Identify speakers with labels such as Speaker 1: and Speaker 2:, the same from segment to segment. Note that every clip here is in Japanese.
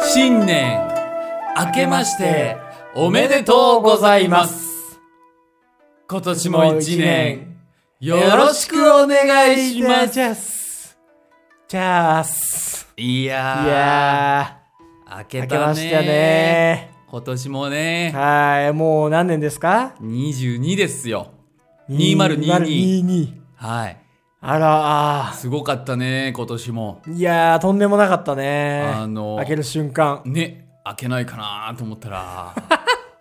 Speaker 1: 新年明けましておめでとうございます今年も一年よろしくお願いします
Speaker 2: す。チャース。
Speaker 1: い
Speaker 2: い
Speaker 1: や
Speaker 2: や
Speaker 1: ー明
Speaker 2: ー、
Speaker 1: け
Speaker 2: 明け
Speaker 1: た
Speaker 2: ま
Speaker 1: ね
Speaker 2: したね。
Speaker 1: 今年もね
Speaker 2: はい、もう何年ですか
Speaker 1: 22ですよ2022
Speaker 2: 2022
Speaker 1: はい
Speaker 2: あら、あ
Speaker 1: すごかったね今年も
Speaker 2: ーいやー、とんでもなかったね。
Speaker 1: あの
Speaker 2: 開ける瞬間。
Speaker 1: ね開けないかなーと思った ら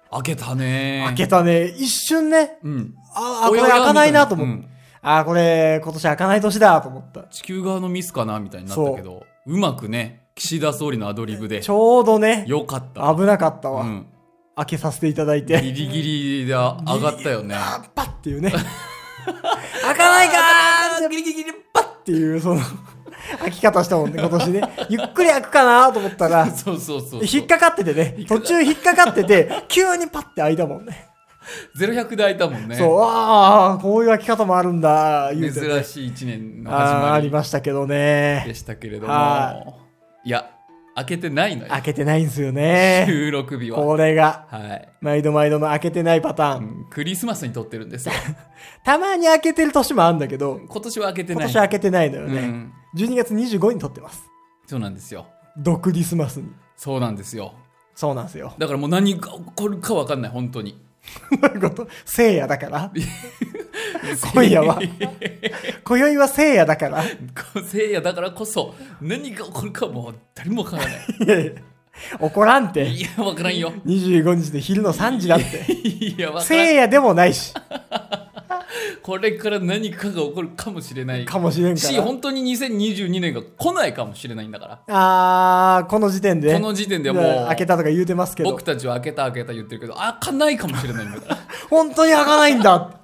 Speaker 1: 開けたね
Speaker 2: 開けたね。一瞬ね。
Speaker 1: うん
Speaker 2: ああ、こ
Speaker 1: お
Speaker 2: れ
Speaker 1: やおや
Speaker 2: 開かないなと思
Speaker 1: み
Speaker 2: った
Speaker 1: いなうん
Speaker 2: た。あーこれ、今年開かない年だと思った。
Speaker 1: 地球側のミスかなみたいになったけどうまくね岸田総理のアドリブで
Speaker 2: ちょうどね、
Speaker 1: よかった、
Speaker 2: 危なかった
Speaker 1: う
Speaker 2: わ。
Speaker 1: ん、
Speaker 2: 開けさせていただいて。
Speaker 1: ギリギリで上がったよね
Speaker 2: あーパッってい うね開かないかーギリギリギリパッっていうその開き方したもんね今年ねゆっくり開くかなと思ったら
Speaker 1: そうそうそうそう
Speaker 2: 引っかかっててね途中引っかかってて急にパッて開いたもんね
Speaker 1: 0100で開いたもんね
Speaker 2: そうああこういう開き方もあるんだ言うて、
Speaker 1: 珍しい1年の始
Speaker 2: あーあ
Speaker 1: ま
Speaker 2: り
Speaker 1: り
Speaker 2: ましたけどね
Speaker 1: でしたけれど
Speaker 2: は
Speaker 1: もいや開けてないのよ
Speaker 2: 開けてないんですよね
Speaker 1: 収録日は
Speaker 2: これが
Speaker 1: はい、
Speaker 2: 毎度毎度の開けてないパターン、
Speaker 1: うんクリスマスに撮ってるん ですよ
Speaker 2: たまに開けてる年もあるんだけど
Speaker 1: 今年は開けて
Speaker 2: 今
Speaker 1: ない
Speaker 2: 年開けてないのよ
Speaker 1: う
Speaker 2: ね、
Speaker 1: ん、
Speaker 2: 12月25に撮ってます
Speaker 1: そうなんですよ
Speaker 2: ドクリスマスに
Speaker 1: そうなんですよ
Speaker 2: そうなんですよ
Speaker 1: だからもう何が起こるか分かんない本当に
Speaker 2: どういうこと聖夜だから 今夜は今宵は聖夜だからい
Speaker 1: せいやだからこそ何が起こるかもう誰もわからない
Speaker 2: やいや怒らんて
Speaker 1: いやわからんよ
Speaker 2: 25日で昼の3時だって
Speaker 1: いやわから
Speaker 2: 聖
Speaker 1: ん
Speaker 2: 夜でもないし
Speaker 1: これから何かが起こるかもしれない
Speaker 2: かもしれんか
Speaker 1: し本当に2022年が来ないかもしれないんだから
Speaker 2: らあーこの時点で
Speaker 1: この時点でも
Speaker 2: だか
Speaker 1: う
Speaker 2: ら開けたとか言うてますけど
Speaker 1: 僕たちは開けた開けた言ってるけど開かないかもしれないんだ から
Speaker 2: 本当に開かないんだ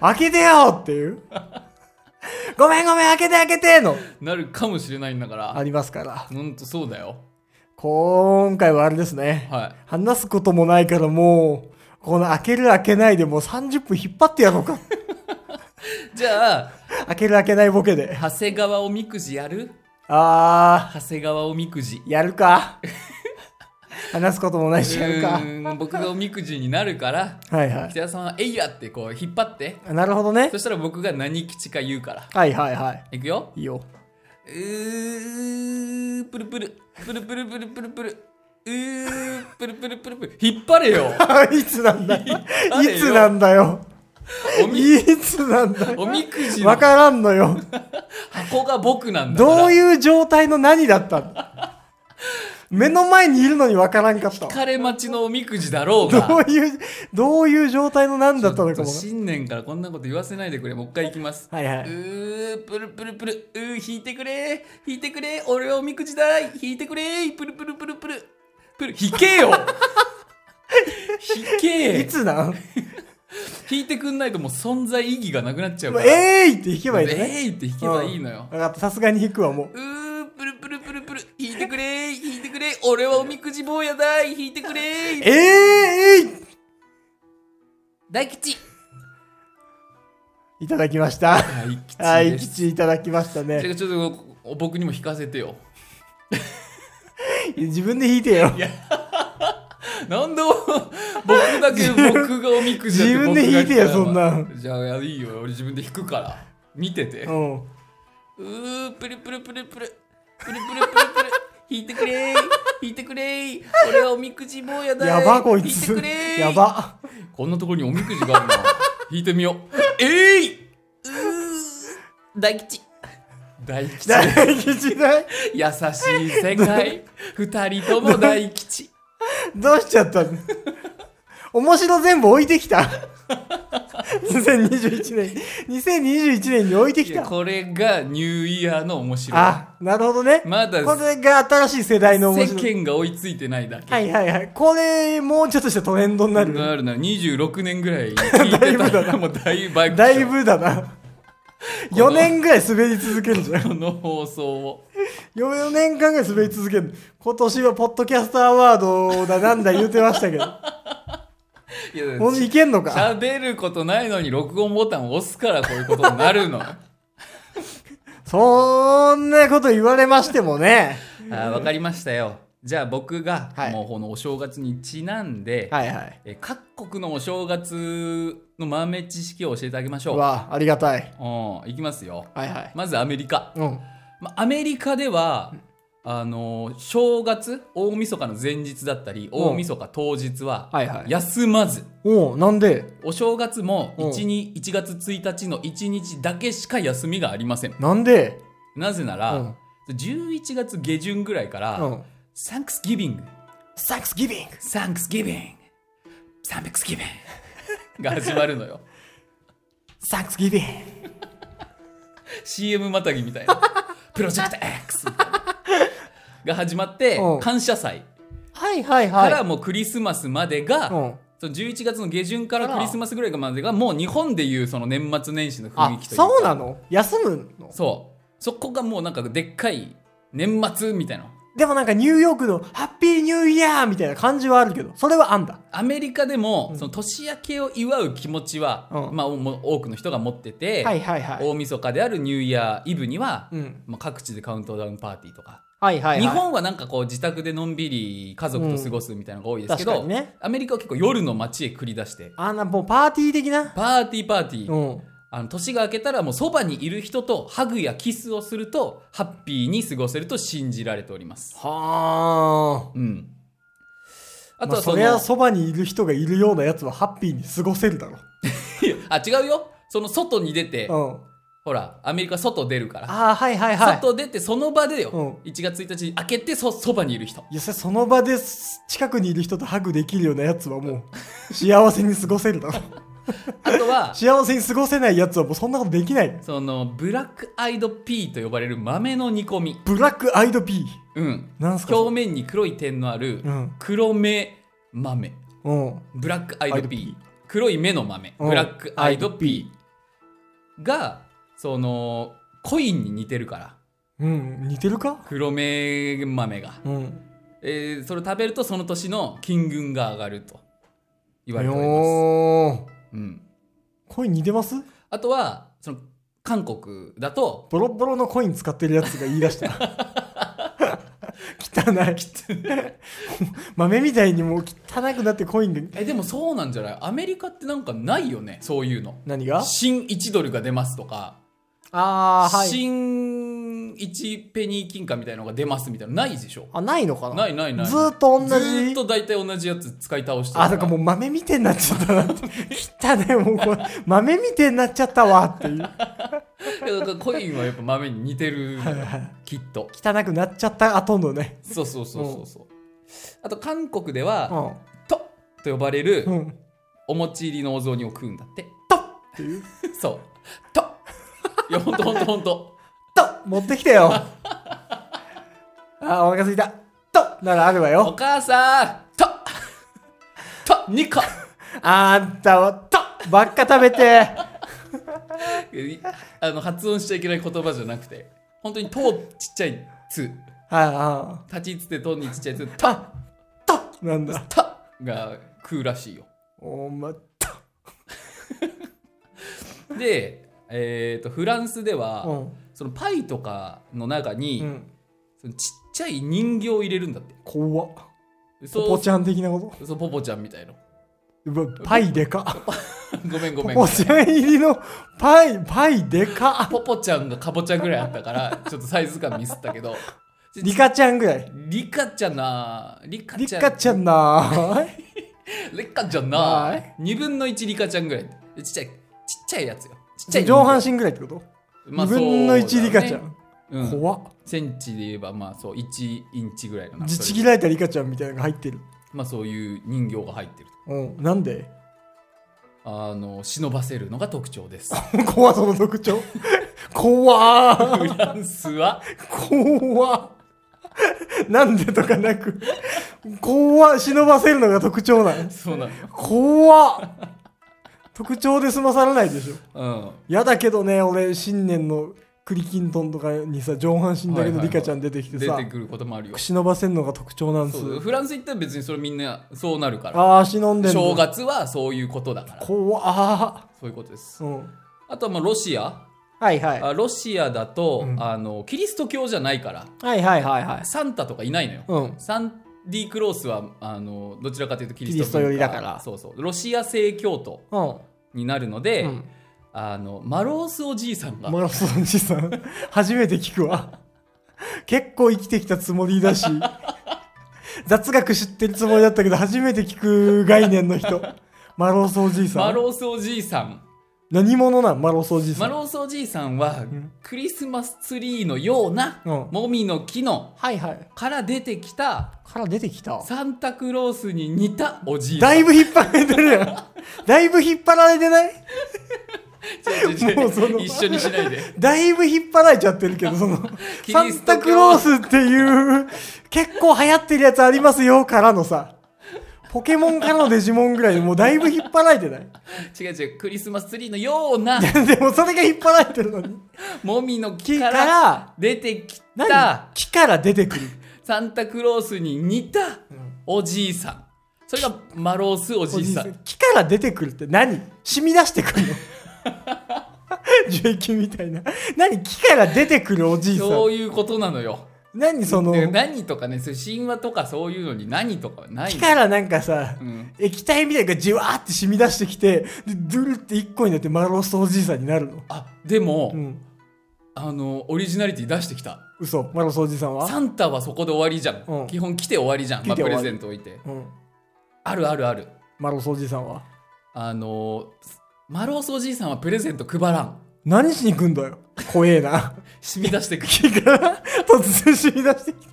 Speaker 2: 開けてよっていうごめんごめん開けて開けての
Speaker 1: なるかもしれないんだから
Speaker 2: ありますから
Speaker 1: ほんとそうだよ
Speaker 2: 今回はあれですね、
Speaker 1: はい
Speaker 2: 話すこともないからもうこの開ける開けないでもう30分引っ張ってやろうか
Speaker 1: じゃあ
Speaker 2: 開ける開けないボケで。
Speaker 1: 長谷川おみくじやる
Speaker 2: あ
Speaker 1: 長谷川おみくじ
Speaker 2: ー、やる か。話すこともないし、やるか
Speaker 1: う。ーん僕がおみくじになるから
Speaker 2: はいは
Speaker 1: 北田さんは「えいや!」ってこう引っ張って
Speaker 2: い。なるほどね
Speaker 1: そ。したら僕が何吉か言うから
Speaker 2: はいはいはい
Speaker 1: くよ
Speaker 2: い。いい よ。
Speaker 1: うープルプルプルプルプルプルプルうープルプルプルプル引っ張れよ
Speaker 2: いつなんだい
Speaker 1: あれよ
Speaker 2: つなんだよ。
Speaker 1: おみ
Speaker 2: いつなんだよ。
Speaker 1: おみくじ
Speaker 2: わ
Speaker 1: の
Speaker 2: からんのよ。
Speaker 1: 箱が僕なんだから
Speaker 2: どう
Speaker 1: う
Speaker 2: いう状態の何だったの目の前にいるのにわからんかった。
Speaker 1: 疲れ待ちのおみくじだろうが
Speaker 2: どういう、どういう状態の何だったのかも。
Speaker 1: 新年からこんなこと言わせないでくれもう一回いきます
Speaker 2: はいうはい。
Speaker 1: ープルプルプルうー引いてくれ引いてくれ俺はおみくじだい引いてくれプルプルプルプルプル引け よ引け
Speaker 2: いつなん
Speaker 1: 引いてくんないともう存在意義がなくなっちゃう
Speaker 2: もう
Speaker 1: から
Speaker 2: えーいって弾けばいいんだね。
Speaker 1: えいって引けばいいのよ
Speaker 2: うん。、わかった。さすがに弾くわ、もう。
Speaker 1: うープルプルプルプル引いてくれ引いてくれ俺はおみくじ坊やだい引いてくれ
Speaker 2: えー、えい
Speaker 1: 大吉
Speaker 2: いただきまし
Speaker 1: 大
Speaker 2: た。
Speaker 1: 吉です
Speaker 2: はい、吉いただきました
Speaker 1: て
Speaker 2: ね。
Speaker 1: かちょっと僕にも引かせてよ
Speaker 2: 自分で弾いてよ。
Speaker 1: なんでお僕だけ僕がおみくじだって
Speaker 2: 自分
Speaker 1: 僕
Speaker 2: で
Speaker 1: が
Speaker 2: 引いてよ
Speaker 1: 引くから
Speaker 2: そんな
Speaker 1: じゃあいいよ俺自分で引くから見てて
Speaker 2: うん。
Speaker 1: うープルプルプルプルプルプルプルプル引いてくれ引いてくれ俺はおみくじ坊やだ
Speaker 2: やば、こい
Speaker 1: 引いて
Speaker 2: つ
Speaker 1: く。れ
Speaker 2: やば。
Speaker 1: こんなところにおみくじがあるの 引いてみようえいうー大吉大吉
Speaker 2: 大吉だい
Speaker 1: 優しい世 界二人とも大吉
Speaker 2: どうしちゃったの面白全部置いてきた。2021年、2021年に置いてき
Speaker 1: いや
Speaker 2: た。
Speaker 1: これがニューイヤーの面白い
Speaker 2: あ、なるほどね。
Speaker 1: まだ
Speaker 2: これが新しい世代の面
Speaker 1: 世
Speaker 2: 白い。
Speaker 1: 間が追いついてないだけ
Speaker 2: はいはいはい。これ、もうちょっとしたトレンドになる。
Speaker 1: なるな26年ぐら い聞いてたらもうだいぶバイク
Speaker 2: だいぶだな。4年ぐらい滑り続けるじゃん。
Speaker 1: この放送を
Speaker 2: 4年間ぐらい滑り続ける今年はポッドキャストアワードだなんだ言うてましたけど
Speaker 1: いや
Speaker 2: ほんといけんのか
Speaker 1: 喋ることないのに録音ボタン押すからこういうことになるのあ
Speaker 2: そんなこと言われましてもね
Speaker 1: ーわかりましたよじゃあ僕が、
Speaker 2: はい
Speaker 1: もうこのお正月にちなんで、
Speaker 2: はいはい。
Speaker 1: えー各国のお正月の豆知識を教えてあげましょ
Speaker 2: う
Speaker 1: う。
Speaker 2: わ、ありがたい。
Speaker 1: うん、いきますよ。
Speaker 2: はいはい。
Speaker 1: まずアメリカ。
Speaker 2: うん。
Speaker 1: まあ、アメリカでは、あのー正月大晦日の前日だったり
Speaker 2: うん
Speaker 1: 大晦日当日は
Speaker 2: はいはい。
Speaker 1: 休まず
Speaker 2: おうなんで
Speaker 1: お正月も
Speaker 2: うん
Speaker 1: 1, に1月1日の1日だけしか休みがありません
Speaker 2: なんで
Speaker 1: なぜな
Speaker 2: う
Speaker 1: ら、
Speaker 2: ん。
Speaker 1: 11月下旬ぐらいから、
Speaker 2: うん。
Speaker 1: サンクスギビング
Speaker 2: サンクスギビング
Speaker 1: サンクスギビングサンクスギビング が始まるのよ
Speaker 2: サンクスギビング
Speaker 1: CM またぎみたい なプロジェクト X みたいなが始まって
Speaker 2: うん
Speaker 1: 感謝祭
Speaker 2: はいはいは
Speaker 1: か
Speaker 2: い。
Speaker 1: らもうクリスマスまでが、
Speaker 2: うん。
Speaker 1: その11月の下旬から
Speaker 2: あら
Speaker 1: クリスマスぐらいまでがもう日本でいうその年末年始の雰囲
Speaker 2: あ、
Speaker 1: 気というか
Speaker 2: そうなの休むの
Speaker 1: そうそこがもうなんかでっかい年末みたいな
Speaker 2: でもなんかニューヨークのハッピーニューイヤーみたいな感じはあるけど、それはあんだ。
Speaker 1: アメリカでも、
Speaker 2: うん
Speaker 1: その年明けを祝う気持ちは、
Speaker 2: うん
Speaker 1: まあ、もう多くの人が持ってて、
Speaker 2: はいはいはい。
Speaker 1: 大晦日であるニューイヤーイブには、
Speaker 2: うん。
Speaker 1: まあ、各地でカウントダウンパーティーとか、
Speaker 2: はいはいはい。
Speaker 1: 日本はなんかこう自宅でのんびり家族と過ごすみたいなのが多いですけ
Speaker 2: 確か
Speaker 1: ど、
Speaker 2: にね。
Speaker 1: アメリカは結構夜の街へ繰り出して
Speaker 2: あんなもうパーティー的な。
Speaker 1: パーティーパーティー、
Speaker 2: うん。
Speaker 1: あの年が明けたらもうそばにいる人とハグやキスをするとハッピーに過ごせると信じられております。
Speaker 2: は
Speaker 1: うん。
Speaker 2: あ。
Speaker 1: あとは
Speaker 2: そ
Speaker 1: そ
Speaker 2: り
Speaker 1: の、
Speaker 2: ゃそばにいる人がいるようなやつはハッピーに過ごせるだろ。
Speaker 1: あ違うよ。その外に出て、
Speaker 2: うん。
Speaker 1: ほらアメリカ外出るから、
Speaker 2: ああ、はいはいはい。
Speaker 1: 外出てその場でよ、
Speaker 2: う
Speaker 1: 1月1日に明けてそそばにいる人。
Speaker 2: いや、それその場です近くにいる人とハグできるようなやつはも う幸せに過ごせるだろ。
Speaker 1: あと は
Speaker 2: 幸せに過ごせないやつはもうそんなことできない。
Speaker 1: そのブラックアイドピーと呼ばれる豆の煮込み。
Speaker 2: ブラックアイドピー。
Speaker 1: うん。
Speaker 2: なんすかそ
Speaker 1: 表
Speaker 2: れ
Speaker 1: 面に黒い点のある
Speaker 2: うん。
Speaker 1: 黒目豆。
Speaker 2: うん。
Speaker 1: ブラックアイ
Speaker 2: アイ
Speaker 1: ド
Speaker 2: ドピ
Speaker 1: ピ
Speaker 2: ー
Speaker 1: ー黒い目の豆
Speaker 2: うん
Speaker 1: ブラックアイドピーがそのコインに似てるから
Speaker 2: うん。似てるか
Speaker 1: 黒目豆が、
Speaker 2: うん。
Speaker 1: えーそれを食べるとその年の金運が上がると言われております、
Speaker 2: よー。
Speaker 1: うん、
Speaker 2: コイン似てます
Speaker 1: あとはその韓国だと
Speaker 2: ボロボロのコイン使ってるやつが言い出した。 汚い。 豆みたいにもう汚くなってコインが。
Speaker 1: えでもそうなんじゃないアメリカってなんかないよねそういうの
Speaker 2: 何が
Speaker 1: 新1ドルが出ますとか、
Speaker 2: あーはい。
Speaker 1: 新1ペニー金貨みたいなのが出ますみたいなのないでしょ
Speaker 2: あ、ないのかな
Speaker 1: ないないない
Speaker 2: ずーっと同じ。
Speaker 1: ずーっと大体同じやつ使い倒してる
Speaker 2: あ、だからもう豆みてえになっちゃったなって。汚ね、もうこれ、豆みてえになっちゃったわっていう。
Speaker 1: いやだからコインはやっぱ豆に似てるのよきっと
Speaker 2: 汚くなっちゃった後のね。
Speaker 1: そうそうそうそうそうあと韓国では
Speaker 2: う
Speaker 1: 「トッ」と呼ばれる
Speaker 2: ん。うん。
Speaker 1: お餅入りのお雑煮を食うんだって
Speaker 2: っていう。
Speaker 1: そう「トッ」いやほんとほんとほんと
Speaker 2: と持ってきてよ。あ、お腹すいた。とならあるわ
Speaker 1: お
Speaker 2: よ。
Speaker 1: 母さん「トッ」「トッ」2個
Speaker 2: あんたは、とばっか食べて。
Speaker 1: いやあの発音しちゃいけない言葉じゃなくて本当に「ト」ちっちゃい「つ
Speaker 2: あ」
Speaker 1: 立ちつって「と」にちっちゃい「つ」「
Speaker 2: あ、
Speaker 1: ト」
Speaker 2: あ、となんだ。
Speaker 1: 「ト」が食うらしいよ
Speaker 2: おま、と
Speaker 1: で、えー、とフランスでは、
Speaker 2: うん。
Speaker 1: そのパイとかの中に、
Speaker 2: うん。
Speaker 1: そのちっちゃい人形を入れるんだって
Speaker 2: 怖っ。
Speaker 1: そう
Speaker 2: ポポちゃん的なこ
Speaker 1: そうポポちゃんみたいな
Speaker 2: と。うわ、パイでか。
Speaker 1: ごめんご
Speaker 2: ポ
Speaker 1: めん
Speaker 2: ポちゃん入りのパイ、パイでか。
Speaker 1: ポポちゃんがかぼちゃぐらいあったからちょっとサイズ感ミスったけど
Speaker 2: リカちゃんぐらい。
Speaker 1: リカちゃんなリカ
Speaker 2: リ
Speaker 1: ちゃん
Speaker 2: カちゃんな ーい。
Speaker 1: リカちゃん
Speaker 2: は
Speaker 1: ない2分の1リカちゃんぐらいちっちゃいちっちゃいやつよちっちゃい人
Speaker 2: 上
Speaker 1: 形
Speaker 2: 半身ぐらいってこと、
Speaker 1: まあ
Speaker 2: ?2 分の
Speaker 1: そ
Speaker 2: 1
Speaker 1: う
Speaker 2: リ
Speaker 1: だ
Speaker 2: カ
Speaker 1: ね
Speaker 2: ちゃん。
Speaker 1: うん、
Speaker 2: 怖っ。
Speaker 1: センチで言えばまあそう1インチぐらいかな
Speaker 2: 自ち
Speaker 1: それ
Speaker 2: ぎられたリカちゃんみたいなのが入ってる。
Speaker 1: まあそういう人形が入ってる
Speaker 2: うん。なんで
Speaker 1: あの忍ばせるのが特徴です
Speaker 2: 怖っその特徴。 怖っ。
Speaker 1: フランスは
Speaker 2: 怖っ。なんでとかなく。怖っ。忍ばせるのが特徴なん
Speaker 1: そうな
Speaker 2: 怖っ。特徴で済まされないでしょ。
Speaker 1: の
Speaker 2: やだけどね、俺、新年のクリキントンとかにさ、上半身だけのリカちゃん出てき
Speaker 1: う
Speaker 2: て
Speaker 1: ん
Speaker 2: さ、
Speaker 1: 出てくることもあるよ
Speaker 2: 忍ばせるのが特徴なんです。
Speaker 1: そうフランス行ったら別にそれみんなそうなるから
Speaker 2: ああ、忍んでんの
Speaker 1: 正月はそういうことだから
Speaker 2: 怖っ。
Speaker 1: そういうことです
Speaker 2: うん。
Speaker 1: あとはまあロシア
Speaker 2: はいはい。
Speaker 1: あロシアだと、
Speaker 2: うん
Speaker 1: あのキリスト教じゃないから
Speaker 2: はいはいはいはい。
Speaker 1: サンタとかいないのよ、
Speaker 2: うん。
Speaker 1: サンディクロースはあのどちらかというとキリスト
Speaker 2: キリスト寄りだから
Speaker 1: そうそうロシア正教徒
Speaker 2: う
Speaker 1: になるので、
Speaker 2: ん。うん。
Speaker 1: あのマロースおじいさんが
Speaker 2: マラソンじさん、初めて聞くわ。結構生きてきたつもりだし、雑学知ってるつもりだったけど、初めて聞く概念の人。マロソおじいさ
Speaker 1: マ
Speaker 2: ん。
Speaker 1: ロースおじいさん
Speaker 2: 何者なんマロソおじいさ
Speaker 1: マ
Speaker 2: ん。
Speaker 1: ロースおじいさんは
Speaker 2: ん
Speaker 1: クリスマスツリーのような
Speaker 2: うん
Speaker 1: もみの木の
Speaker 2: はいはい。
Speaker 1: から出てきた
Speaker 2: から出てきた。
Speaker 1: サンタクロースに似たおじいさん
Speaker 2: だいぶ引っ張られてるや ん。だいぶ引っ張られてない
Speaker 1: 違う違う違う
Speaker 2: もうその
Speaker 1: 一緒にしないで
Speaker 2: だいぶ引っ張られちゃってるけど、そ の、
Speaker 1: キ
Speaker 2: サ
Speaker 1: リ
Speaker 2: ン
Speaker 1: スト教
Speaker 2: タクロースっていう、結構流行ってるやつありますよからのさ、ポケモンからのデジモンぐらいでもうだいぶ引っ張られてない
Speaker 1: 違う違うクリスマスツリーのような
Speaker 2: でもそれが引っ張られてるのに。
Speaker 1: もみの木
Speaker 2: 木
Speaker 1: か
Speaker 2: からら、
Speaker 1: 出てき
Speaker 2: 何
Speaker 1: た
Speaker 2: 木から出てくる。
Speaker 1: サンタクロースに似たおじいさんそれがマロースおじいさん
Speaker 2: 木から出てくるって何染み出してくる の樹液みたいな。何木から出てくるおじいさん。
Speaker 1: そういうことなのよ
Speaker 2: 何その、
Speaker 1: で何とかねそういう神話とかそういうのに何とかはない
Speaker 2: 木
Speaker 1: の
Speaker 2: からなんかさ、
Speaker 1: うん
Speaker 2: 液体みたいなのがじわーって染み出してきて、で、ドゥルって一個になってマロスおじいさんになるの。
Speaker 1: あでも、
Speaker 2: うん。
Speaker 1: あのオリジナリティ出してきた
Speaker 2: 嘘、マロスおじいさんは
Speaker 1: サンタはそこで終わりじゃん、
Speaker 2: うん
Speaker 1: 基本来て終わりじゃん、まあ、
Speaker 2: 来て
Speaker 1: プ
Speaker 2: 終わ
Speaker 1: レ
Speaker 2: り
Speaker 1: ゼント置いて
Speaker 2: うん。
Speaker 1: あるあるある
Speaker 2: マロスおじいさんは
Speaker 1: あのマロースおじいさんはプレゼント配らん
Speaker 2: 何しに行くんだよ。怖えな。
Speaker 1: 染み出してく る
Speaker 2: 木から突然染み出してきて、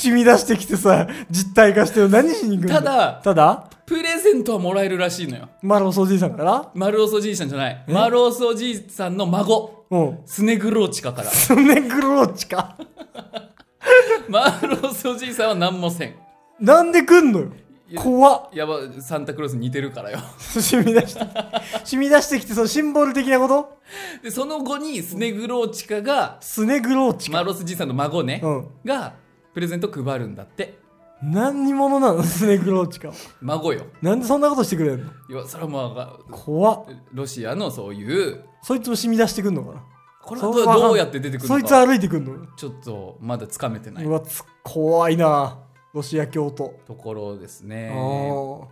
Speaker 2: 染み出してきてさ、実体化してよ。何しに行くんだ
Speaker 1: た
Speaker 2: よ
Speaker 1: だ
Speaker 2: ただ、
Speaker 1: プレゼントはもらえるらしいのよ
Speaker 2: マロスおじいさんから
Speaker 1: マロースおじいさんじゃないマロースおじいさんの孫
Speaker 2: うん。
Speaker 1: スネグローチカから
Speaker 2: スネグローチか。
Speaker 1: マロースおじいさんは何もせん
Speaker 2: なんで来んのよ。
Speaker 1: いや
Speaker 2: 怖っ。
Speaker 1: やばサンタクロースに似てるからよ
Speaker 2: 染み出して、染み出してきて、そのシンボル的なこと
Speaker 1: でその後にスネグローチカが
Speaker 2: スネグローチか。
Speaker 1: マロースおじいさんの孫ね、
Speaker 2: うん。
Speaker 1: がプレゼント配るんだって
Speaker 2: 何者なのスネグローチか。
Speaker 1: 孫よ
Speaker 2: なんでそんなことしてくれんの
Speaker 1: いやそれはもうわか
Speaker 2: 怖っ。
Speaker 1: ロシアのそういう
Speaker 2: そいつも染み出してくんのかな
Speaker 1: これ
Speaker 2: そ
Speaker 1: は
Speaker 2: う
Speaker 1: ど
Speaker 2: わかん
Speaker 1: どうやって出てくる
Speaker 2: そ
Speaker 1: の
Speaker 2: いつ
Speaker 1: か
Speaker 2: 歩いてくんの
Speaker 1: ちょっとまだつかめてないう
Speaker 2: わ、つ怖いなロシア教徒。
Speaker 1: ところです
Speaker 2: あ
Speaker 1: ね
Speaker 2: ー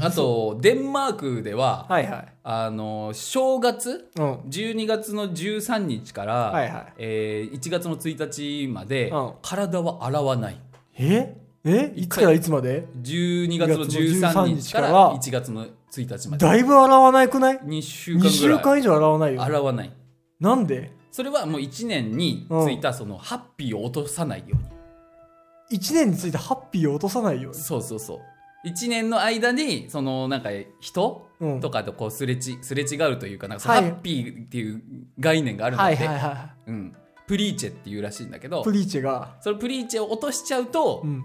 Speaker 1: あとデンマークでは、
Speaker 2: はいはい。
Speaker 1: あの正月
Speaker 2: うん。
Speaker 1: 12月の13日から、
Speaker 2: はいはい。
Speaker 1: えー1月の1日まで、
Speaker 2: うん
Speaker 1: 体は洗わない
Speaker 2: ええいつからいつまで
Speaker 1: 12月の13日から
Speaker 2: 13
Speaker 1: 1月の1日まで
Speaker 2: だいぶ洗わないくない
Speaker 1: 2週
Speaker 2: ?2
Speaker 1: 間ぐ
Speaker 2: 週
Speaker 1: らい
Speaker 2: 間以上洗わないよ。
Speaker 1: 洗わない
Speaker 2: なんで
Speaker 1: それはもう1年についたそのハッピーを落とさないように
Speaker 2: ?1 年についてハッピーを落とさないよ
Speaker 1: そうそうそう1年の間にそのなんか人
Speaker 2: うに。うん。
Speaker 1: とかとこうすれちすれ違うというかなんかその
Speaker 2: は
Speaker 1: ハ
Speaker 2: い
Speaker 1: ッピーっていう概念があるので、
Speaker 2: はいはいは
Speaker 1: うん、プリーチェっていうらしいんだけど
Speaker 2: い。プリーチェが。
Speaker 1: そのプリーチェを落としちゃうと、
Speaker 2: うん。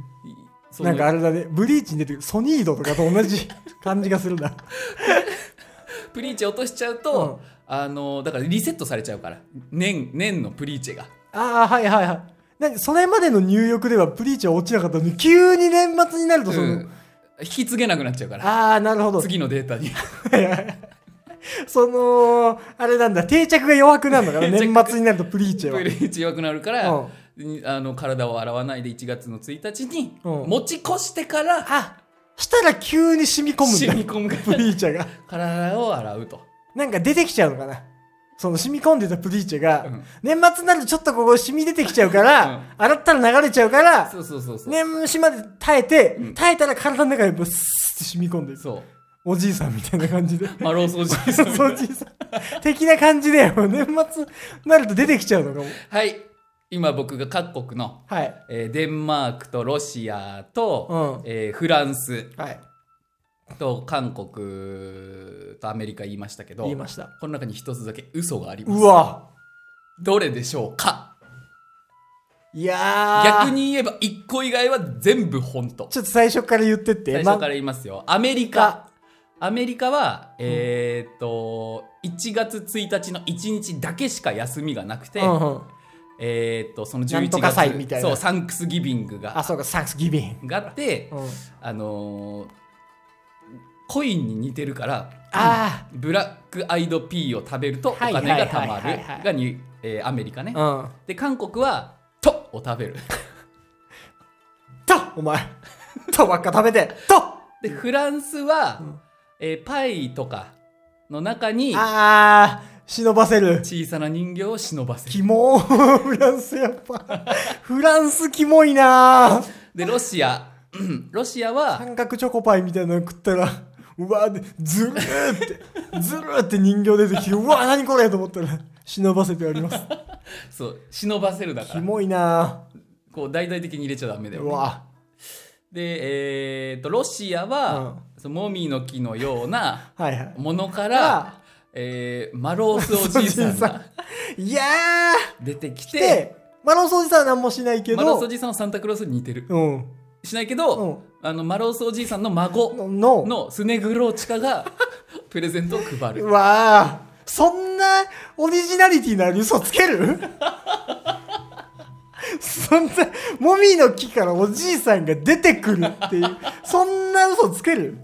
Speaker 1: そ
Speaker 2: なんかあ
Speaker 1: の
Speaker 2: れだね。ブリーチに出てくるソニードとかと同じ感じがする な。
Speaker 1: プリーチェ落としちゃうと、
Speaker 2: う
Speaker 1: あのだからリセットされちゃうから年年のプリーチェが
Speaker 2: ああ、はいはいはい。なんでそれまでの入浴ではプリーチは落ちなかったのに、急に年末になるとその、
Speaker 1: うん引き継げなくなっちゃうから
Speaker 2: ああ、なるほど。
Speaker 1: 次のデータに
Speaker 2: その、あれなんだ、定着が弱くなるのかな、
Speaker 1: 定着
Speaker 2: 年末になるとプリーチ
Speaker 1: プ
Speaker 2: ェ
Speaker 1: リーチェ弱くなるから、
Speaker 2: は。うん
Speaker 1: あの体を洗わないで1月の1日に
Speaker 2: うん
Speaker 1: 持ち越してから
Speaker 2: あ、したら急に染み込む
Speaker 1: 染み
Speaker 2: んだ、
Speaker 1: 込むか
Speaker 2: プ
Speaker 1: ら
Speaker 2: リーチェが。
Speaker 1: 体を洗うと、
Speaker 2: なんか出てきちゃうのかな。その染み込んでたプリーチェが、
Speaker 1: うん
Speaker 2: 年末になるとちょっとここ染み出てきちゃうか
Speaker 1: う
Speaker 2: ら、
Speaker 1: ん
Speaker 2: 洗ったら流れちゃうから
Speaker 1: そ、うそうそうそう、
Speaker 2: 年始まで耐えて、
Speaker 1: うん
Speaker 2: 耐えたら体の中にブスーって染み込んでいく。
Speaker 1: そう
Speaker 2: おじいさんみたいな感 じで。
Speaker 1: まあローソージーさん
Speaker 2: そうじいさん的な感じでもう年末になると出てきちゃうのかも
Speaker 1: はい今僕が各国の、
Speaker 2: はい
Speaker 1: えーデンマークとロシアと、
Speaker 2: う
Speaker 1: えーフランス
Speaker 2: はい
Speaker 1: と韓国とアメリカ言いましたけど
Speaker 2: 言いました
Speaker 1: この中に一つだけ嘘があります
Speaker 2: うわ
Speaker 1: どれでしょうか
Speaker 2: いやー
Speaker 1: 逆に言えば一個以外は全部本当
Speaker 2: ちょっと最初から言ってって、
Speaker 1: 最初からら言いますよアメリカアメリカは、えーっと1月1日の1日だけしか休みがなくて、
Speaker 2: まうんうん、
Speaker 1: えーっとその11月
Speaker 2: なんとか祭みたいな
Speaker 1: そうサンクスギビングが
Speaker 2: あそうかサンクスギビン
Speaker 1: があって、
Speaker 2: グ、うん、
Speaker 1: あのーコインに似てるから
Speaker 2: あ
Speaker 1: ブラックアイドピーを食べるとお金が貯ま
Speaker 2: はいはいはいはいは
Speaker 1: る
Speaker 2: い
Speaker 1: がに、えーアメリカね、
Speaker 2: あうん
Speaker 1: で韓国は「と」を食べる
Speaker 2: とお前とばっか食べてと
Speaker 1: でフランスは、
Speaker 2: ん
Speaker 1: えーパイとかの中に
Speaker 2: ああ忍ばせる
Speaker 1: 小さな人形を忍ばせる
Speaker 2: キモフランスやっぱフランスキモいな
Speaker 1: でロシアうんロシアは
Speaker 2: 三角チョコパイみたいなの食ったらうわーずるーってずるーって人形出てきてうわー何これと思ったら忍ばせてあります
Speaker 1: そう忍ばせるだか
Speaker 2: キ
Speaker 1: ら
Speaker 2: モいな
Speaker 1: こう大々的に入れちゃダメだよ、
Speaker 2: う
Speaker 1: ね、
Speaker 2: わ
Speaker 1: でえー、とロシアは、そのモミの木のよう な
Speaker 2: はいはい
Speaker 1: ものか
Speaker 2: が
Speaker 1: ら、えーマロースおじいさんが
Speaker 2: いや
Speaker 1: 出てき
Speaker 2: ー
Speaker 1: て
Speaker 2: でマロン掃除さんは何もしないけ
Speaker 1: マロース
Speaker 2: ど
Speaker 1: おじいさんはサンタクロースに似てる
Speaker 2: うん
Speaker 1: しないけど、
Speaker 2: うん
Speaker 1: あのマロースおじいさんの孫
Speaker 2: の
Speaker 1: のスネグローチカ がプレゼントを配
Speaker 2: う
Speaker 1: る
Speaker 2: わーそんなオリジナリティのある嘘つけるそんなもみの木からおじいさんが出てくるっていうそんな嘘つける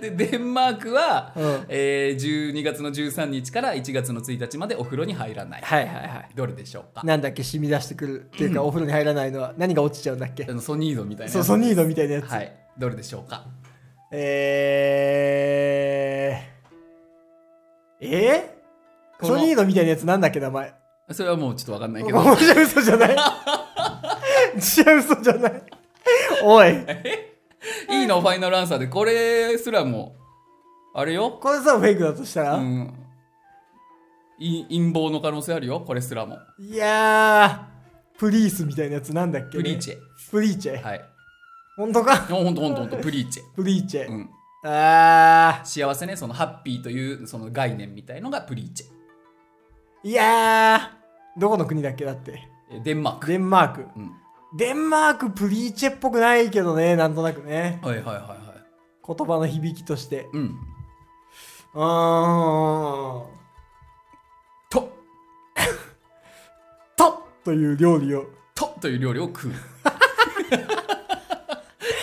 Speaker 1: でデンマークは、
Speaker 2: うん
Speaker 1: えー12月の13日から1月の1日までお風呂に入らない
Speaker 2: はいはいはい
Speaker 1: どれでしょうか
Speaker 2: なんだっけ染み出してくるっていうかお風呂に入らないのは何が落ちちゃうんだっけ
Speaker 1: あのソニードみたいな
Speaker 2: そうソニードみたいなやつ、
Speaker 1: はいどれでしょうか
Speaker 2: えー、えー、
Speaker 1: こ
Speaker 2: ソ
Speaker 1: の
Speaker 2: ニードみたいなやつなんだっけ名前
Speaker 1: それはもうちょっとわかんないけど
Speaker 2: もうじゃ嘘じゃ ないじゃ嘘じゃないおい
Speaker 1: いいのファイナルアンサーでこれすらもあれよ、
Speaker 2: これさフェイクだとしたら、
Speaker 1: うん、い陰謀の可能性あるよこれすらも
Speaker 2: いやープリースみたいなやつなんだっけ、
Speaker 1: プリーチ
Speaker 2: ェプリーチェ、
Speaker 1: はい
Speaker 2: 本当か
Speaker 1: ほんとほんとほんとプリーチェ
Speaker 2: プリーチェ、
Speaker 1: うん、
Speaker 2: あ
Speaker 1: 幸せねそのハッピーというその概念みたいのがプリーチェ
Speaker 2: ーいやーどこの国だっけだって
Speaker 1: えデンマーク、
Speaker 2: デンマーク
Speaker 1: うん、
Speaker 2: デンマークプリーチェっぽくないけどねなんとなくね
Speaker 1: はいはいはいはい
Speaker 2: 言葉の響きとして
Speaker 1: うん
Speaker 2: うーん
Speaker 1: と
Speaker 2: とという料理を
Speaker 1: とという料理を 食う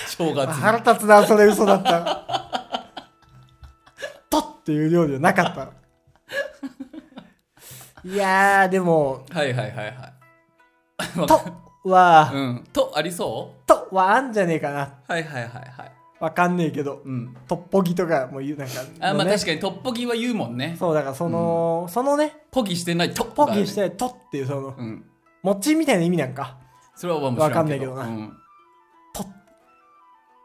Speaker 1: 正月に
Speaker 2: 腹立つなそれ嘘だったとっていう料理はなかったいやーでも
Speaker 1: はいはいはいは
Speaker 2: 「と」は、
Speaker 1: いうんとありそ
Speaker 2: と」はあんじゃねえかな
Speaker 1: うはいはいはいはい
Speaker 2: わかんねえけど
Speaker 1: うん
Speaker 2: 「トッポギ」とかも言うなんか、
Speaker 1: あ、まあ
Speaker 2: ね
Speaker 1: 確かにトッポギは言うもんね。
Speaker 2: そうだからその、そのね
Speaker 1: ポギしてないトッ
Speaker 2: 「ポギ」し
Speaker 1: ない。
Speaker 2: て「と」っていうそ
Speaker 1: う
Speaker 2: の
Speaker 1: ん。
Speaker 2: 餅みたいな意味なんか
Speaker 1: それは面白い。
Speaker 2: わかんないけどな
Speaker 1: うん。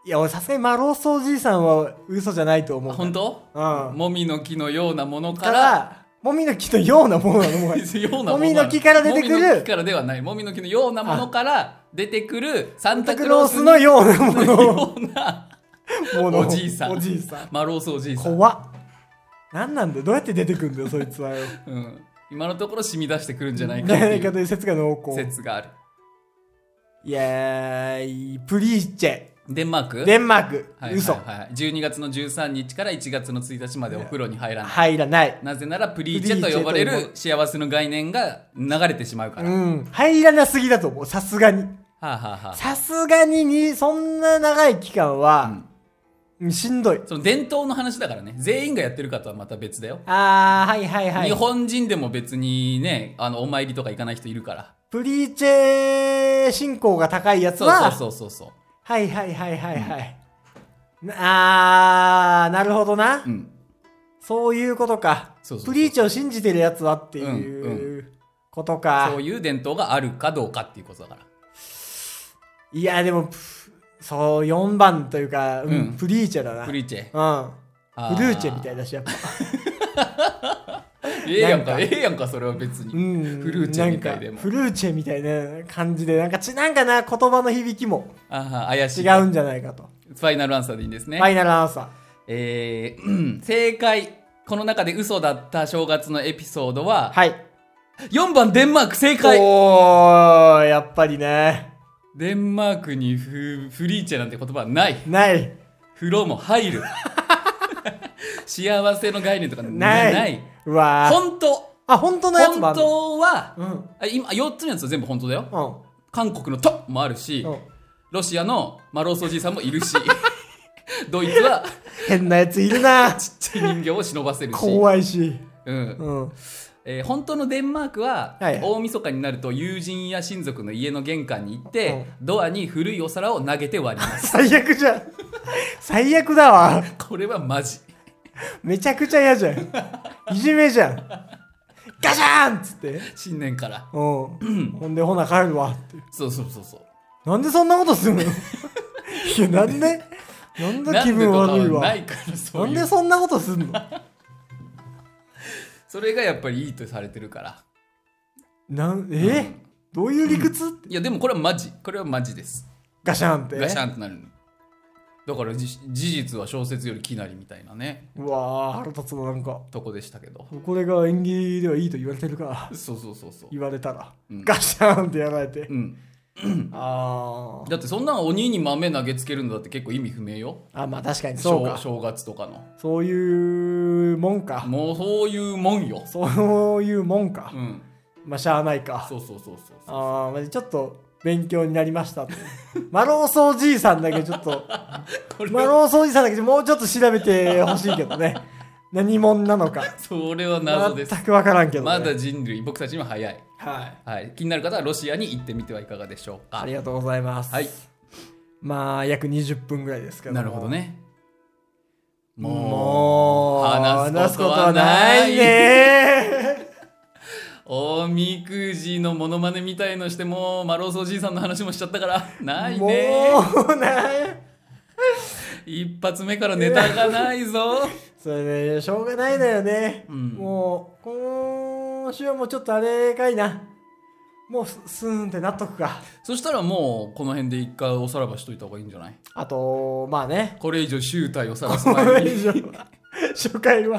Speaker 2: いや俺さすがにマローソおじいさんは嘘じゃないと思
Speaker 1: あ
Speaker 2: う
Speaker 1: 本当
Speaker 2: うん
Speaker 1: もみの木のようなものか、
Speaker 2: かららもみの木のようなものなのもはや
Speaker 1: ようなも の
Speaker 2: もみの木から出てくる
Speaker 1: もみの木からではない。もみの木のようなものから出てくるサン
Speaker 2: サンタ
Speaker 1: タ
Speaker 2: ク
Speaker 1: ク
Speaker 2: ロ
Speaker 1: ロ
Speaker 2: ー
Speaker 1: ー
Speaker 2: ス
Speaker 1: ス
Speaker 2: の
Speaker 1: の
Speaker 2: ようなものを
Speaker 1: よう な
Speaker 2: もの
Speaker 1: おじいさん。
Speaker 2: おじいさん。
Speaker 1: マロースおじいさん。
Speaker 2: 怖っ。何なんだよどうやって出てくんだよ、そいつはよ。
Speaker 1: うん。今のところ染み出してくるんじゃ ないかって
Speaker 2: 何
Speaker 1: い
Speaker 2: か
Speaker 1: う
Speaker 2: という説が濃厚。
Speaker 1: 説がある。
Speaker 2: いやーい、プリーチェ、
Speaker 1: デンマーク
Speaker 2: デンマーク、
Speaker 1: はいはい
Speaker 2: 嘘、
Speaker 1: はいはい。12月の13日から1月の1日までお風呂に入らない。
Speaker 2: 入らない。
Speaker 1: なぜならプリーチェと呼ばれ
Speaker 2: プリーチェと呼
Speaker 1: る幸せの概念が流れてしまうから。
Speaker 2: う
Speaker 1: は
Speaker 2: ん、入らなすぎだと思う、さすがに。
Speaker 1: あ、はあはあ、
Speaker 2: さすがにに、そんな長い期間は、うんしんどい。
Speaker 1: その伝統の話だからね。全員がやってるかとはまた別だよ。
Speaker 2: あー、はいはいは
Speaker 1: 日
Speaker 2: い。
Speaker 1: 本人でも別にね、あの、お参りとか行かない人いるから。
Speaker 2: プリーチェ信仰が高いやつ
Speaker 1: そう
Speaker 2: は、
Speaker 1: そうそうそうそ
Speaker 2: はいはいはいはいはい。なあー、なるほどな。
Speaker 1: う。うん。
Speaker 2: そういうことか。
Speaker 1: そうそうそう
Speaker 2: プリーチを信じてるやつはっていう、
Speaker 1: うん
Speaker 2: ことか。
Speaker 1: そういう伝統があるかどうかっていうことだから。
Speaker 2: いや、でも、プそう、4番というか、うん
Speaker 1: うん
Speaker 2: プリーチャだな。
Speaker 1: プリーチェ。
Speaker 2: うん。プルーチェみたい
Speaker 1: な。
Speaker 2: だし、やっぱ。
Speaker 1: ええやん
Speaker 2: なん
Speaker 1: か、
Speaker 2: か
Speaker 1: ええやんか、それは別
Speaker 2: う
Speaker 1: に。
Speaker 2: ん。
Speaker 1: フルーチェみたいでも
Speaker 2: なんかフルーチェみたいな感じで、なんかち、なんかな、言葉の響きも
Speaker 1: あは怪し
Speaker 2: 違
Speaker 1: い。
Speaker 2: うんじゃないかと。
Speaker 1: ファイナルアンサーでいいんですね。
Speaker 2: ファイナルアンサー。
Speaker 1: えー うん正解。この中で嘘だった正月のエピソードは、
Speaker 2: はい。
Speaker 1: 4番デンマーク正解
Speaker 2: おー、やっぱりね。
Speaker 1: デンマークにフフリーチェなんて言葉はない。
Speaker 2: ない。
Speaker 1: 風呂も入 る。幸せの概念とか
Speaker 2: な。
Speaker 1: ないい。
Speaker 2: うわー。
Speaker 1: 本当
Speaker 2: あ、本当のやつもあ
Speaker 1: 本
Speaker 2: るの
Speaker 1: 当は、
Speaker 2: うん。
Speaker 1: あ今4つのやつは全部本当だよ。
Speaker 2: う
Speaker 1: 韓国のともあるし
Speaker 2: ん。う、ん。
Speaker 1: ロシアのマローソおじいさんもいるし、ドイツは
Speaker 2: 変なやついるな
Speaker 1: ちっちゃい人形を忍ばせるし、
Speaker 2: 怖いし、
Speaker 1: うん
Speaker 2: うん、
Speaker 1: えー本当のデンマークは、
Speaker 2: はい
Speaker 1: 大晦日になると友人や親族の家の玄関に行って、ドアに古いお皿を投げて割ります
Speaker 2: 最悪じゃん最悪だわ
Speaker 1: これはマジ
Speaker 2: めちゃくちゃ嫌じゃんいじめじゃんガシャーンっつって
Speaker 1: 新年から
Speaker 2: うんほんでほな帰るわって
Speaker 1: そうそうそうそう
Speaker 2: なんでそんなことするのいやなんでなんで気分悪
Speaker 1: なんでと
Speaker 2: いわ
Speaker 1: かはないからそう
Speaker 2: ない
Speaker 1: うん
Speaker 2: でそんなことすんの
Speaker 1: それがやっぱりいいとされてるから
Speaker 2: なんえ、
Speaker 1: うん
Speaker 2: どういう理屈、って
Speaker 1: いやでもこれはマジこれはマジです
Speaker 2: ガシャンって
Speaker 1: ガシャンってなるのだからじ事実は小説よりきなりみたいなね
Speaker 2: うわー腹立つななんか
Speaker 1: とこでしたけど
Speaker 2: これが演技ではいいと言われてるから
Speaker 1: そうそうそうそう
Speaker 2: 言われたら、
Speaker 1: うん
Speaker 2: ガシャンってやられて、
Speaker 1: うん
Speaker 2: あー
Speaker 1: だってそんなの鬼に豆投げつけるのだって結構意味不明よ
Speaker 2: あまあ確かにそうか
Speaker 1: 正正月とかの
Speaker 2: そういうもんか
Speaker 1: もうそういうもんよ
Speaker 2: そういうもんか、
Speaker 1: うん
Speaker 2: まあしゃあないか
Speaker 1: そうそうそうそうそう
Speaker 2: あーまあちょっと勉強になりましたとマローソーじいさんだけちょっと
Speaker 1: これ
Speaker 2: マ
Speaker 1: は
Speaker 2: ローソーじいさんだけもうちょっと調べてほしいけどね何者なのか
Speaker 1: それは謎です
Speaker 2: 全く分からんけど、ね、
Speaker 1: まだ人類僕たちには早い、
Speaker 2: はい
Speaker 1: はい、気になる方はロシアに行ってみてはいかがでしょうか
Speaker 2: ありがとうございます。
Speaker 1: はい。
Speaker 2: まあ、約20分ぐらいですけど。
Speaker 1: なるほど。ねもう
Speaker 2: もう、
Speaker 1: 話すことは
Speaker 2: 話すことはないね。
Speaker 1: おみくじのモノマネみたいのしてもうマローソーじいさんの話もしちゃったからないね
Speaker 2: もう、ない。
Speaker 1: 一発目からネタがないぞ
Speaker 2: それね、しょうがないだよね。
Speaker 1: うん
Speaker 2: もう、今週はもうちょっとあれかいな。もうす、すーんってなっとくか。
Speaker 1: そしたらもうこの辺で一回おさらばしといた方がいいんじゃない
Speaker 2: あと、まあね。
Speaker 1: これ以上集体を探す
Speaker 2: こ
Speaker 1: 前
Speaker 2: れ以
Speaker 1: に
Speaker 2: 上は、初回は。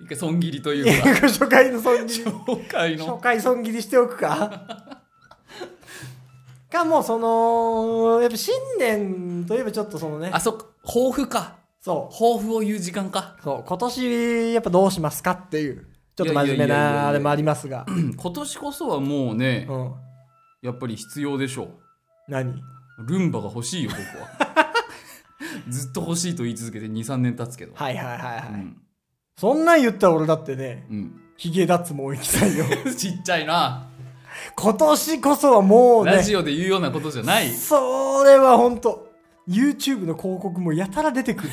Speaker 1: 一回損切りとい
Speaker 2: いうや
Speaker 1: か
Speaker 2: 初回の損切 り。
Speaker 1: 紹介の
Speaker 2: 初回損切りしておくかかもうそのやっぱ新年といえばちょっとそのね
Speaker 1: あそっか抱負か
Speaker 2: そ
Speaker 1: 抱負を言う時間か
Speaker 2: うそう今年やっぱどうしますかっていうちょっと真面目
Speaker 1: いやいやいやいや
Speaker 2: なあれもありますが
Speaker 1: うん今年こそはもうね
Speaker 2: うん
Speaker 1: やっぱり必要でしょ
Speaker 2: 何
Speaker 1: うルンバが欲しいよ僕は ずっと欲しいと言い続けて23年経つけど、
Speaker 2: はいはいはいはい、
Speaker 1: うん
Speaker 2: そんなん言ったら俺だってね
Speaker 1: うん、
Speaker 2: ヒゲ脱毛行きたいよ
Speaker 1: ちっちゃいな、
Speaker 2: 今年こそはもうね
Speaker 1: ラジオで言うようなことじゃない
Speaker 2: それは本当 YouTube の広告もやたら出てく る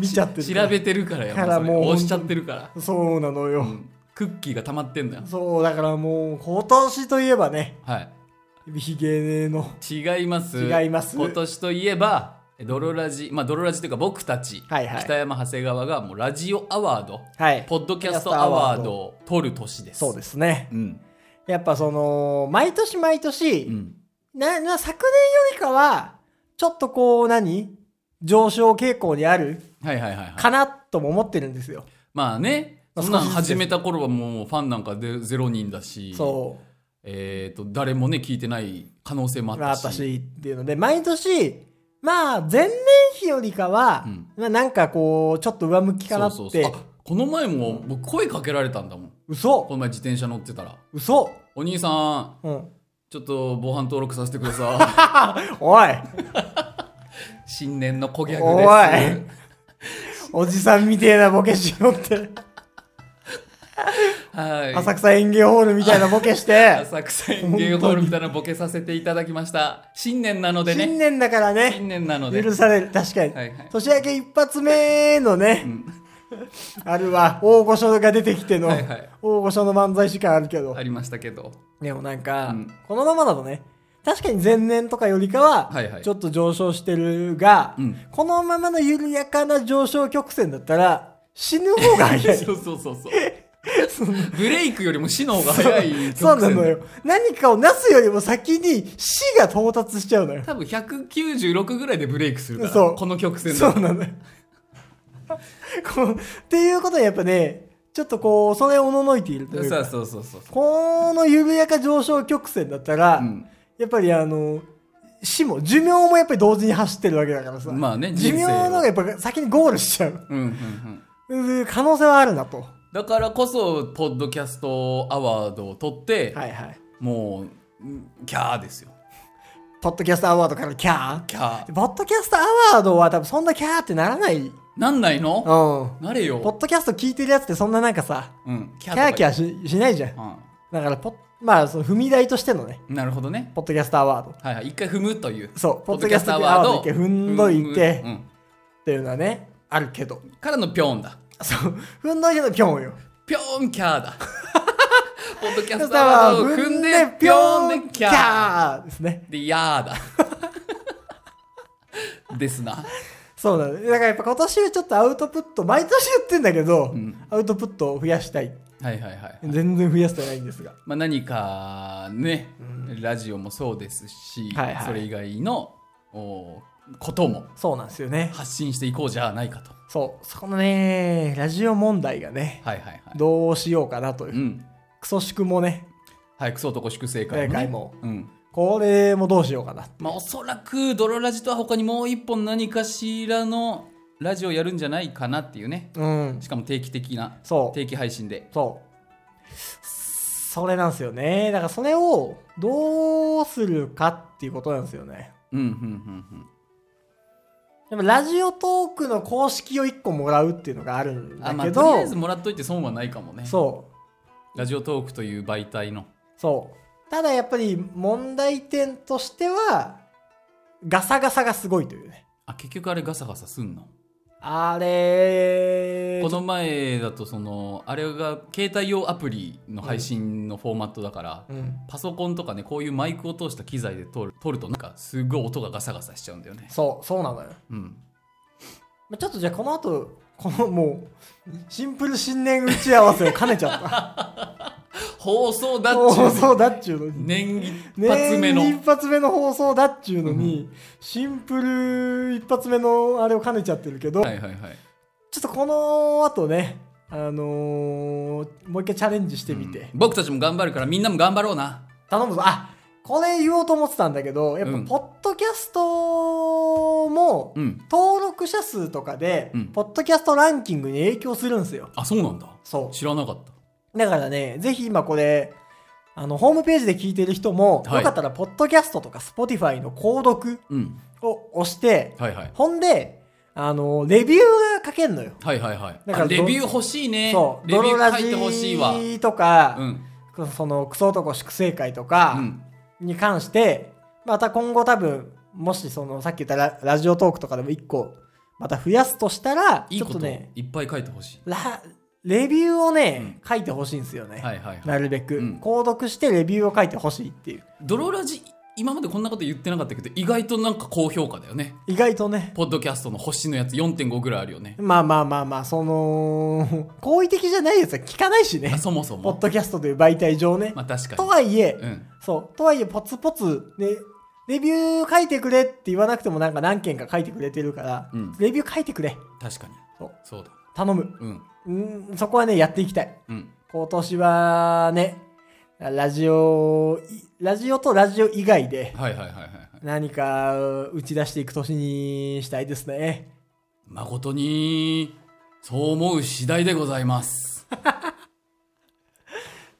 Speaker 2: 見ちゃってる
Speaker 1: 調べてるからやっ
Speaker 2: から
Speaker 1: ぱ
Speaker 2: もう
Speaker 1: 押しちゃってるから、
Speaker 2: そうなのよ、
Speaker 1: うんクッキーが溜まってんだよ
Speaker 2: そうだからもう今年といえばね
Speaker 1: はい
Speaker 2: ヒゲの
Speaker 1: 違います
Speaker 2: 違います
Speaker 1: 今年といえばドロラジまあドロラジというか僕たち、
Speaker 2: はいはい
Speaker 1: 北山長谷川がもうラジオアワード
Speaker 2: はい
Speaker 1: ポッドキャストアワードを取る年です
Speaker 2: そうですね
Speaker 1: うん
Speaker 2: やっぱその毎年毎年、
Speaker 1: うん
Speaker 2: なな昨年よりかはちょっとこう何上昇傾向にある
Speaker 1: はいはいはい、はい、
Speaker 2: かなとも思ってるんですよ、
Speaker 1: まあね
Speaker 2: まあ
Speaker 1: そんなん
Speaker 2: 少しずつです
Speaker 1: 始めた頃はもうファンなんかでゼロ人だし
Speaker 2: そ
Speaker 1: えー、と誰もね聞いてない可能性も
Speaker 2: う
Speaker 1: あったし
Speaker 2: 私っていうので毎年まあ前年比よりかは、
Speaker 1: うん
Speaker 2: まあなんかこうちょっと上向きかなって
Speaker 1: そうそうそうあこの前も僕声かけられたんだもんこの前自転車乗ってたら
Speaker 2: 嘘嘘
Speaker 1: 「お兄さん
Speaker 2: うん
Speaker 1: ちょっと防犯登録させてくださ
Speaker 2: おい
Speaker 1: い」新年の小ギャグ
Speaker 2: お
Speaker 1: です
Speaker 2: いおじさんみてえなボケしようって
Speaker 1: はい。
Speaker 2: 浅草園芸ホールみたいなボケ して
Speaker 1: 浅草園芸ホールみたいなボケさせていただきました。新年なので
Speaker 2: 新
Speaker 1: ね。
Speaker 2: 年だからね
Speaker 1: 新年なので。
Speaker 2: 許される確かに、
Speaker 1: はいはい
Speaker 2: 年明け一発目のね、あるわ大御所が出てきての、
Speaker 1: はいはい
Speaker 2: 大御所の漫才師感あるけど、
Speaker 1: ありましたけど。
Speaker 2: でもなんか、
Speaker 1: うん
Speaker 2: このままだとね確かに前年とかよりかは、
Speaker 1: はいはい
Speaker 2: ちょっと上昇してるが、
Speaker 1: うん
Speaker 2: このままの緩やかな上昇曲線だったら死ぬ方が早い
Speaker 1: そうそうそう そう。ブレイクよりも死の方が早い曲線
Speaker 2: そうなのよ。何かをなすよりも先に死が到達しちゃうのよ。
Speaker 1: 多分196ぐらいでブレイクするから。
Speaker 2: そう
Speaker 1: この曲線
Speaker 2: そ
Speaker 1: だと
Speaker 2: うなのよ。こうっていうことはやっぱね、ちょっとこう、それをおののいているという
Speaker 1: そう
Speaker 2: か、
Speaker 1: そうそうそう。
Speaker 2: この緩やか上昇曲線だったら、
Speaker 1: うん
Speaker 2: やっぱりあの、死も、寿命もやっぱり同時に走ってるわけだからさ。
Speaker 1: まあね
Speaker 2: 寿
Speaker 1: 人生
Speaker 2: 命
Speaker 1: を
Speaker 2: の方がやっぱ先にゴールしちゃう。
Speaker 1: うんうんうん。
Speaker 2: うん可能性はあるなと。
Speaker 1: だからこそ、ポッドキャストアワードを取って、
Speaker 2: はいはい。
Speaker 1: もう、キャーですよ。
Speaker 2: ポッドキャストアワードからキャ
Speaker 1: キャー
Speaker 2: ーポッドキャストアワードは多分そんなキャーってならない。うん。
Speaker 1: なんないの
Speaker 2: ポ
Speaker 1: なれよ
Speaker 2: ッドキャスト聞いてるやつってそんななんかさ、
Speaker 1: うんキ
Speaker 2: キャーキャ
Speaker 1: ー
Speaker 2: ーししないじゃん。
Speaker 1: とか
Speaker 2: だからポッ、まあ、その踏み台としてのね、
Speaker 1: うんなるほどね
Speaker 2: ポッドキャストアワード。
Speaker 1: はいはい一回踏むという
Speaker 2: そう、ポッドキャストアワードだけ踏んどいて、
Speaker 1: うんう
Speaker 2: っ
Speaker 1: ん
Speaker 2: ていうのはね、あるけど。
Speaker 1: からのピョンだ
Speaker 2: そう、踏んどいてのピョンよ。
Speaker 1: ピョンキャー だポッドキャ
Speaker 2: そ
Speaker 1: ス
Speaker 2: し
Speaker 1: トア
Speaker 2: た
Speaker 1: ワ
Speaker 2: ら
Speaker 1: ードを
Speaker 2: 踏
Speaker 1: 踏
Speaker 2: ん
Speaker 1: ん
Speaker 2: で
Speaker 1: で
Speaker 2: ピ
Speaker 1: ピ
Speaker 2: ョ
Speaker 1: ョン
Speaker 2: ン
Speaker 1: で
Speaker 2: キ
Speaker 1: キャー
Speaker 2: ャーですね。
Speaker 1: でや ーだですな
Speaker 2: そうなんだ。だからやっぱ今年はちょっとアウトプット、毎年言ってんだけど、
Speaker 1: ん
Speaker 2: アウトプットを増やしたい。
Speaker 1: はいはいはい
Speaker 2: 全然増やしてないんですが。
Speaker 1: まあ、何かね、ラジオもそうですし、
Speaker 2: はいはい
Speaker 1: それ以外のおことも
Speaker 2: そうなんですよね。
Speaker 1: 発信していこうじゃないかと。
Speaker 2: そう。そこのね、ラジオ問題がね、
Speaker 1: はいはいはい。
Speaker 2: どうしようかなというう。
Speaker 1: ん。
Speaker 2: クソ宿もね、
Speaker 1: はい、クソ男祝成会
Speaker 2: 今
Speaker 1: も、
Speaker 2: 回
Speaker 1: ね。
Speaker 2: も。
Speaker 1: うん。
Speaker 2: これもどうしようかな。
Speaker 1: まあ、おそらく、泥ラジとは他にもう一本何かしらのラジオやるんじゃないかなっていうね。
Speaker 2: うん。
Speaker 1: しかも定期的な、
Speaker 2: そう。
Speaker 1: 定期配信で。
Speaker 2: そう。それなんですよね。だからそれをどうするかっていうことなんですよね。
Speaker 1: うん、うん、うん、
Speaker 2: やっぱラジオトークの公式を1個もらうっていうのがあるん
Speaker 1: うん。あ、
Speaker 2: だ
Speaker 1: ま
Speaker 2: け
Speaker 1: あ、とりあ
Speaker 2: ど
Speaker 1: えず、もらっといて損はないかもね。
Speaker 2: そう。
Speaker 1: ラジオトークという媒体の。
Speaker 2: そう。ただやっぱり問題点としては、ガサガサがすごいというね。
Speaker 1: あ、結局あれガサガサすんの
Speaker 2: あれ
Speaker 1: この前だとそのあれが携帯用アプリの配信のフォーマットだから、
Speaker 2: うん。
Speaker 1: パソコンとかねこういうマイクを通した機材で撮る撮るとなんかすごい音がガサガサしちゃうんだよね
Speaker 2: そう、そうなのよ。
Speaker 1: うん
Speaker 2: まあちょっとじゃあこの後、このもう、シンプル新年打ち合わせを兼ねちゃ った。
Speaker 1: 放送だっちゅ
Speaker 2: 放
Speaker 1: うの
Speaker 2: 送だっちゅうのに。
Speaker 1: 年一発目の
Speaker 2: ね一発目の放送だっちゅうのに、シンプル一発目のあれを兼ねちゃってるけど、
Speaker 1: はいはいはい
Speaker 2: ちょっとこの後ね、あのーもう一回チャレンジしてみて、
Speaker 1: うん僕たちも頑張るからみんなも頑張ろうな
Speaker 2: 頼むぞあこれ言おうと思ってたんだけどやっぱ
Speaker 1: うん
Speaker 2: ポッドキャストも
Speaker 1: うん
Speaker 2: 登録者数とかで、
Speaker 1: うん
Speaker 2: ポッドキャストランキングに影響するんですよ
Speaker 1: あそうなんだ
Speaker 2: そ
Speaker 1: 知らなかった
Speaker 2: うだからねぜひ今これあのホームページで聞いてる人も、
Speaker 1: はい
Speaker 2: よかったらポッドキャストとか Spotify の購読
Speaker 1: うん
Speaker 2: を押して
Speaker 1: はいはい
Speaker 2: ほんであのレビューが書けんのよ
Speaker 1: はいはいはい
Speaker 2: だから
Speaker 1: あレビュー欲しいね
Speaker 2: そう、
Speaker 1: レビュ
Speaker 2: 泥ラ
Speaker 1: ー書いてほしいわう
Speaker 2: ジとか、
Speaker 1: ん
Speaker 2: そのクソ男粛清会とか、
Speaker 1: うん
Speaker 2: に関して、また今後多分、もしそのさっき言ったララジオトークとかでも1個、また増やすとしたら、
Speaker 1: いい
Speaker 2: ちょっ
Speaker 1: ことと
Speaker 2: ね、
Speaker 1: いっぱい書いてほしい
Speaker 2: ラレビューをね、
Speaker 1: う
Speaker 2: 書いてほしいんですよね。
Speaker 1: はいはいはい
Speaker 2: なるべく、
Speaker 1: うん
Speaker 2: 購読してレビューを書いてほしいっていう。
Speaker 1: ドロラジ今までこんなこと言ってなかったけど意外となんか高評価だよね
Speaker 2: 意外とね、
Speaker 1: ポッドキャストの星のやつ4.5ぐらいあるよね
Speaker 2: まあまあまあまあ、その、好意的じゃないやつは聞かないしね
Speaker 1: あ。そもそ
Speaker 2: ポッ
Speaker 1: も
Speaker 2: ドキャストという媒体上ね。
Speaker 1: まあ確か
Speaker 2: と
Speaker 1: に
Speaker 2: はいえ、
Speaker 1: うん
Speaker 2: そう、とはいえ、ポツポツ、ね、レビュー書いてくれって言わなくてもなんか何件か書いてくれてるから、
Speaker 1: うん
Speaker 2: レビュー書いてくれ。
Speaker 1: 確かに
Speaker 2: そう
Speaker 1: そうだ
Speaker 2: 頼む。
Speaker 1: うん
Speaker 2: うん、そこはね、やっていきたい。
Speaker 1: うん
Speaker 2: 今年はね、ラジオ、いラジオとラジオ以外で
Speaker 1: はいはいはいはいはい
Speaker 2: 何か打ち出していく年にしたいですね。
Speaker 1: 誠にそう思う次第でござい ます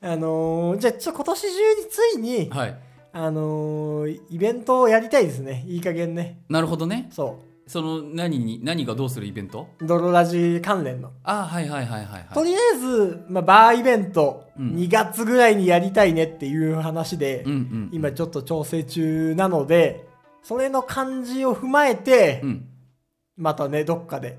Speaker 2: あのーじゃあちょっと今年中についに、
Speaker 1: はい
Speaker 2: あのーイベントをやりたいですね。いい加減ね。
Speaker 1: なるほどね
Speaker 2: そ
Speaker 1: その何に何がどうするイベント
Speaker 2: う。泥ラジ関連の。
Speaker 1: あはいはいはいはいは
Speaker 2: と
Speaker 1: い
Speaker 2: りあえず、まあ、バーイベント、
Speaker 1: うん
Speaker 2: 2月ぐらいにやりたいねっていう話で、
Speaker 1: うんうん
Speaker 2: 今ちょっと調整中なので、それの感じを踏まえて、
Speaker 1: うん
Speaker 2: またね、どっかで、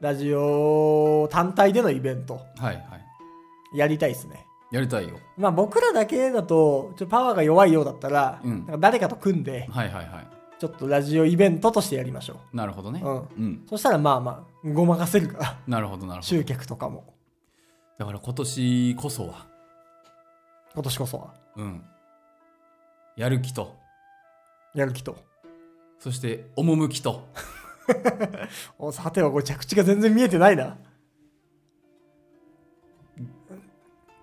Speaker 2: ラジオ単体でのイベント、
Speaker 1: はいはい
Speaker 2: やりたいですね。
Speaker 1: やりたいよ
Speaker 2: まあ僕らだけだと、ちょっとパワーが弱いようだったら、
Speaker 1: うん
Speaker 2: なんか誰かと組んで、
Speaker 1: はいはいはい
Speaker 2: ちょっとラジオイベントとしてやりましょ
Speaker 1: なるほどね
Speaker 2: う。うん。
Speaker 1: うん
Speaker 2: そしたらまあまあ、ごまかせるから、
Speaker 1: なるほどなるほど
Speaker 2: 集客とかも、
Speaker 1: だから今年こそは
Speaker 2: 今年こそは、
Speaker 1: うん。やる気と、
Speaker 2: やる気と。
Speaker 1: そして趣と、
Speaker 2: おさてはこれ着地が全然見えてないな。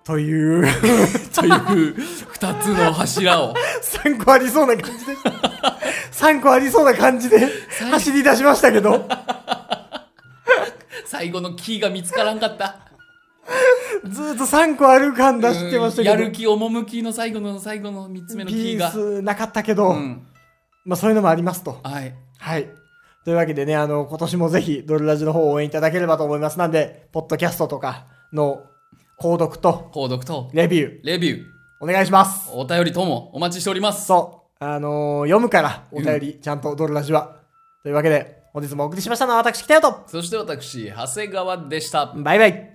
Speaker 2: という
Speaker 1: という二つの柱を、
Speaker 2: 3個ありそうな感じでした3個ありそうな感じで走り出しましたけど
Speaker 1: 最後のキーが見つからんかった。
Speaker 2: ずーっと3個ある感出してましたけど
Speaker 1: うんやる気、趣の最後の最後の三つ目のキ
Speaker 2: ピ
Speaker 1: ー
Speaker 2: ー
Speaker 1: が。
Speaker 2: スなかったけど、
Speaker 1: うん
Speaker 2: まあそういうのもありますと。
Speaker 1: はい。
Speaker 2: はい。というわけでね、あの、今年もぜひ、ドルラジの方を応援いただければと思います。なんで、ポッドキャストとかの購読と
Speaker 1: 購読と、
Speaker 2: レビュー、
Speaker 1: レビュー、
Speaker 2: お願いします。
Speaker 1: お便りともお待ちしております。
Speaker 2: そう。あのー読むから、お便り、ちゃんとドルラジは。というわけで、本日もお送りしましたのは私、北谷と、
Speaker 1: そして私、長谷川でした。
Speaker 2: バイバイ。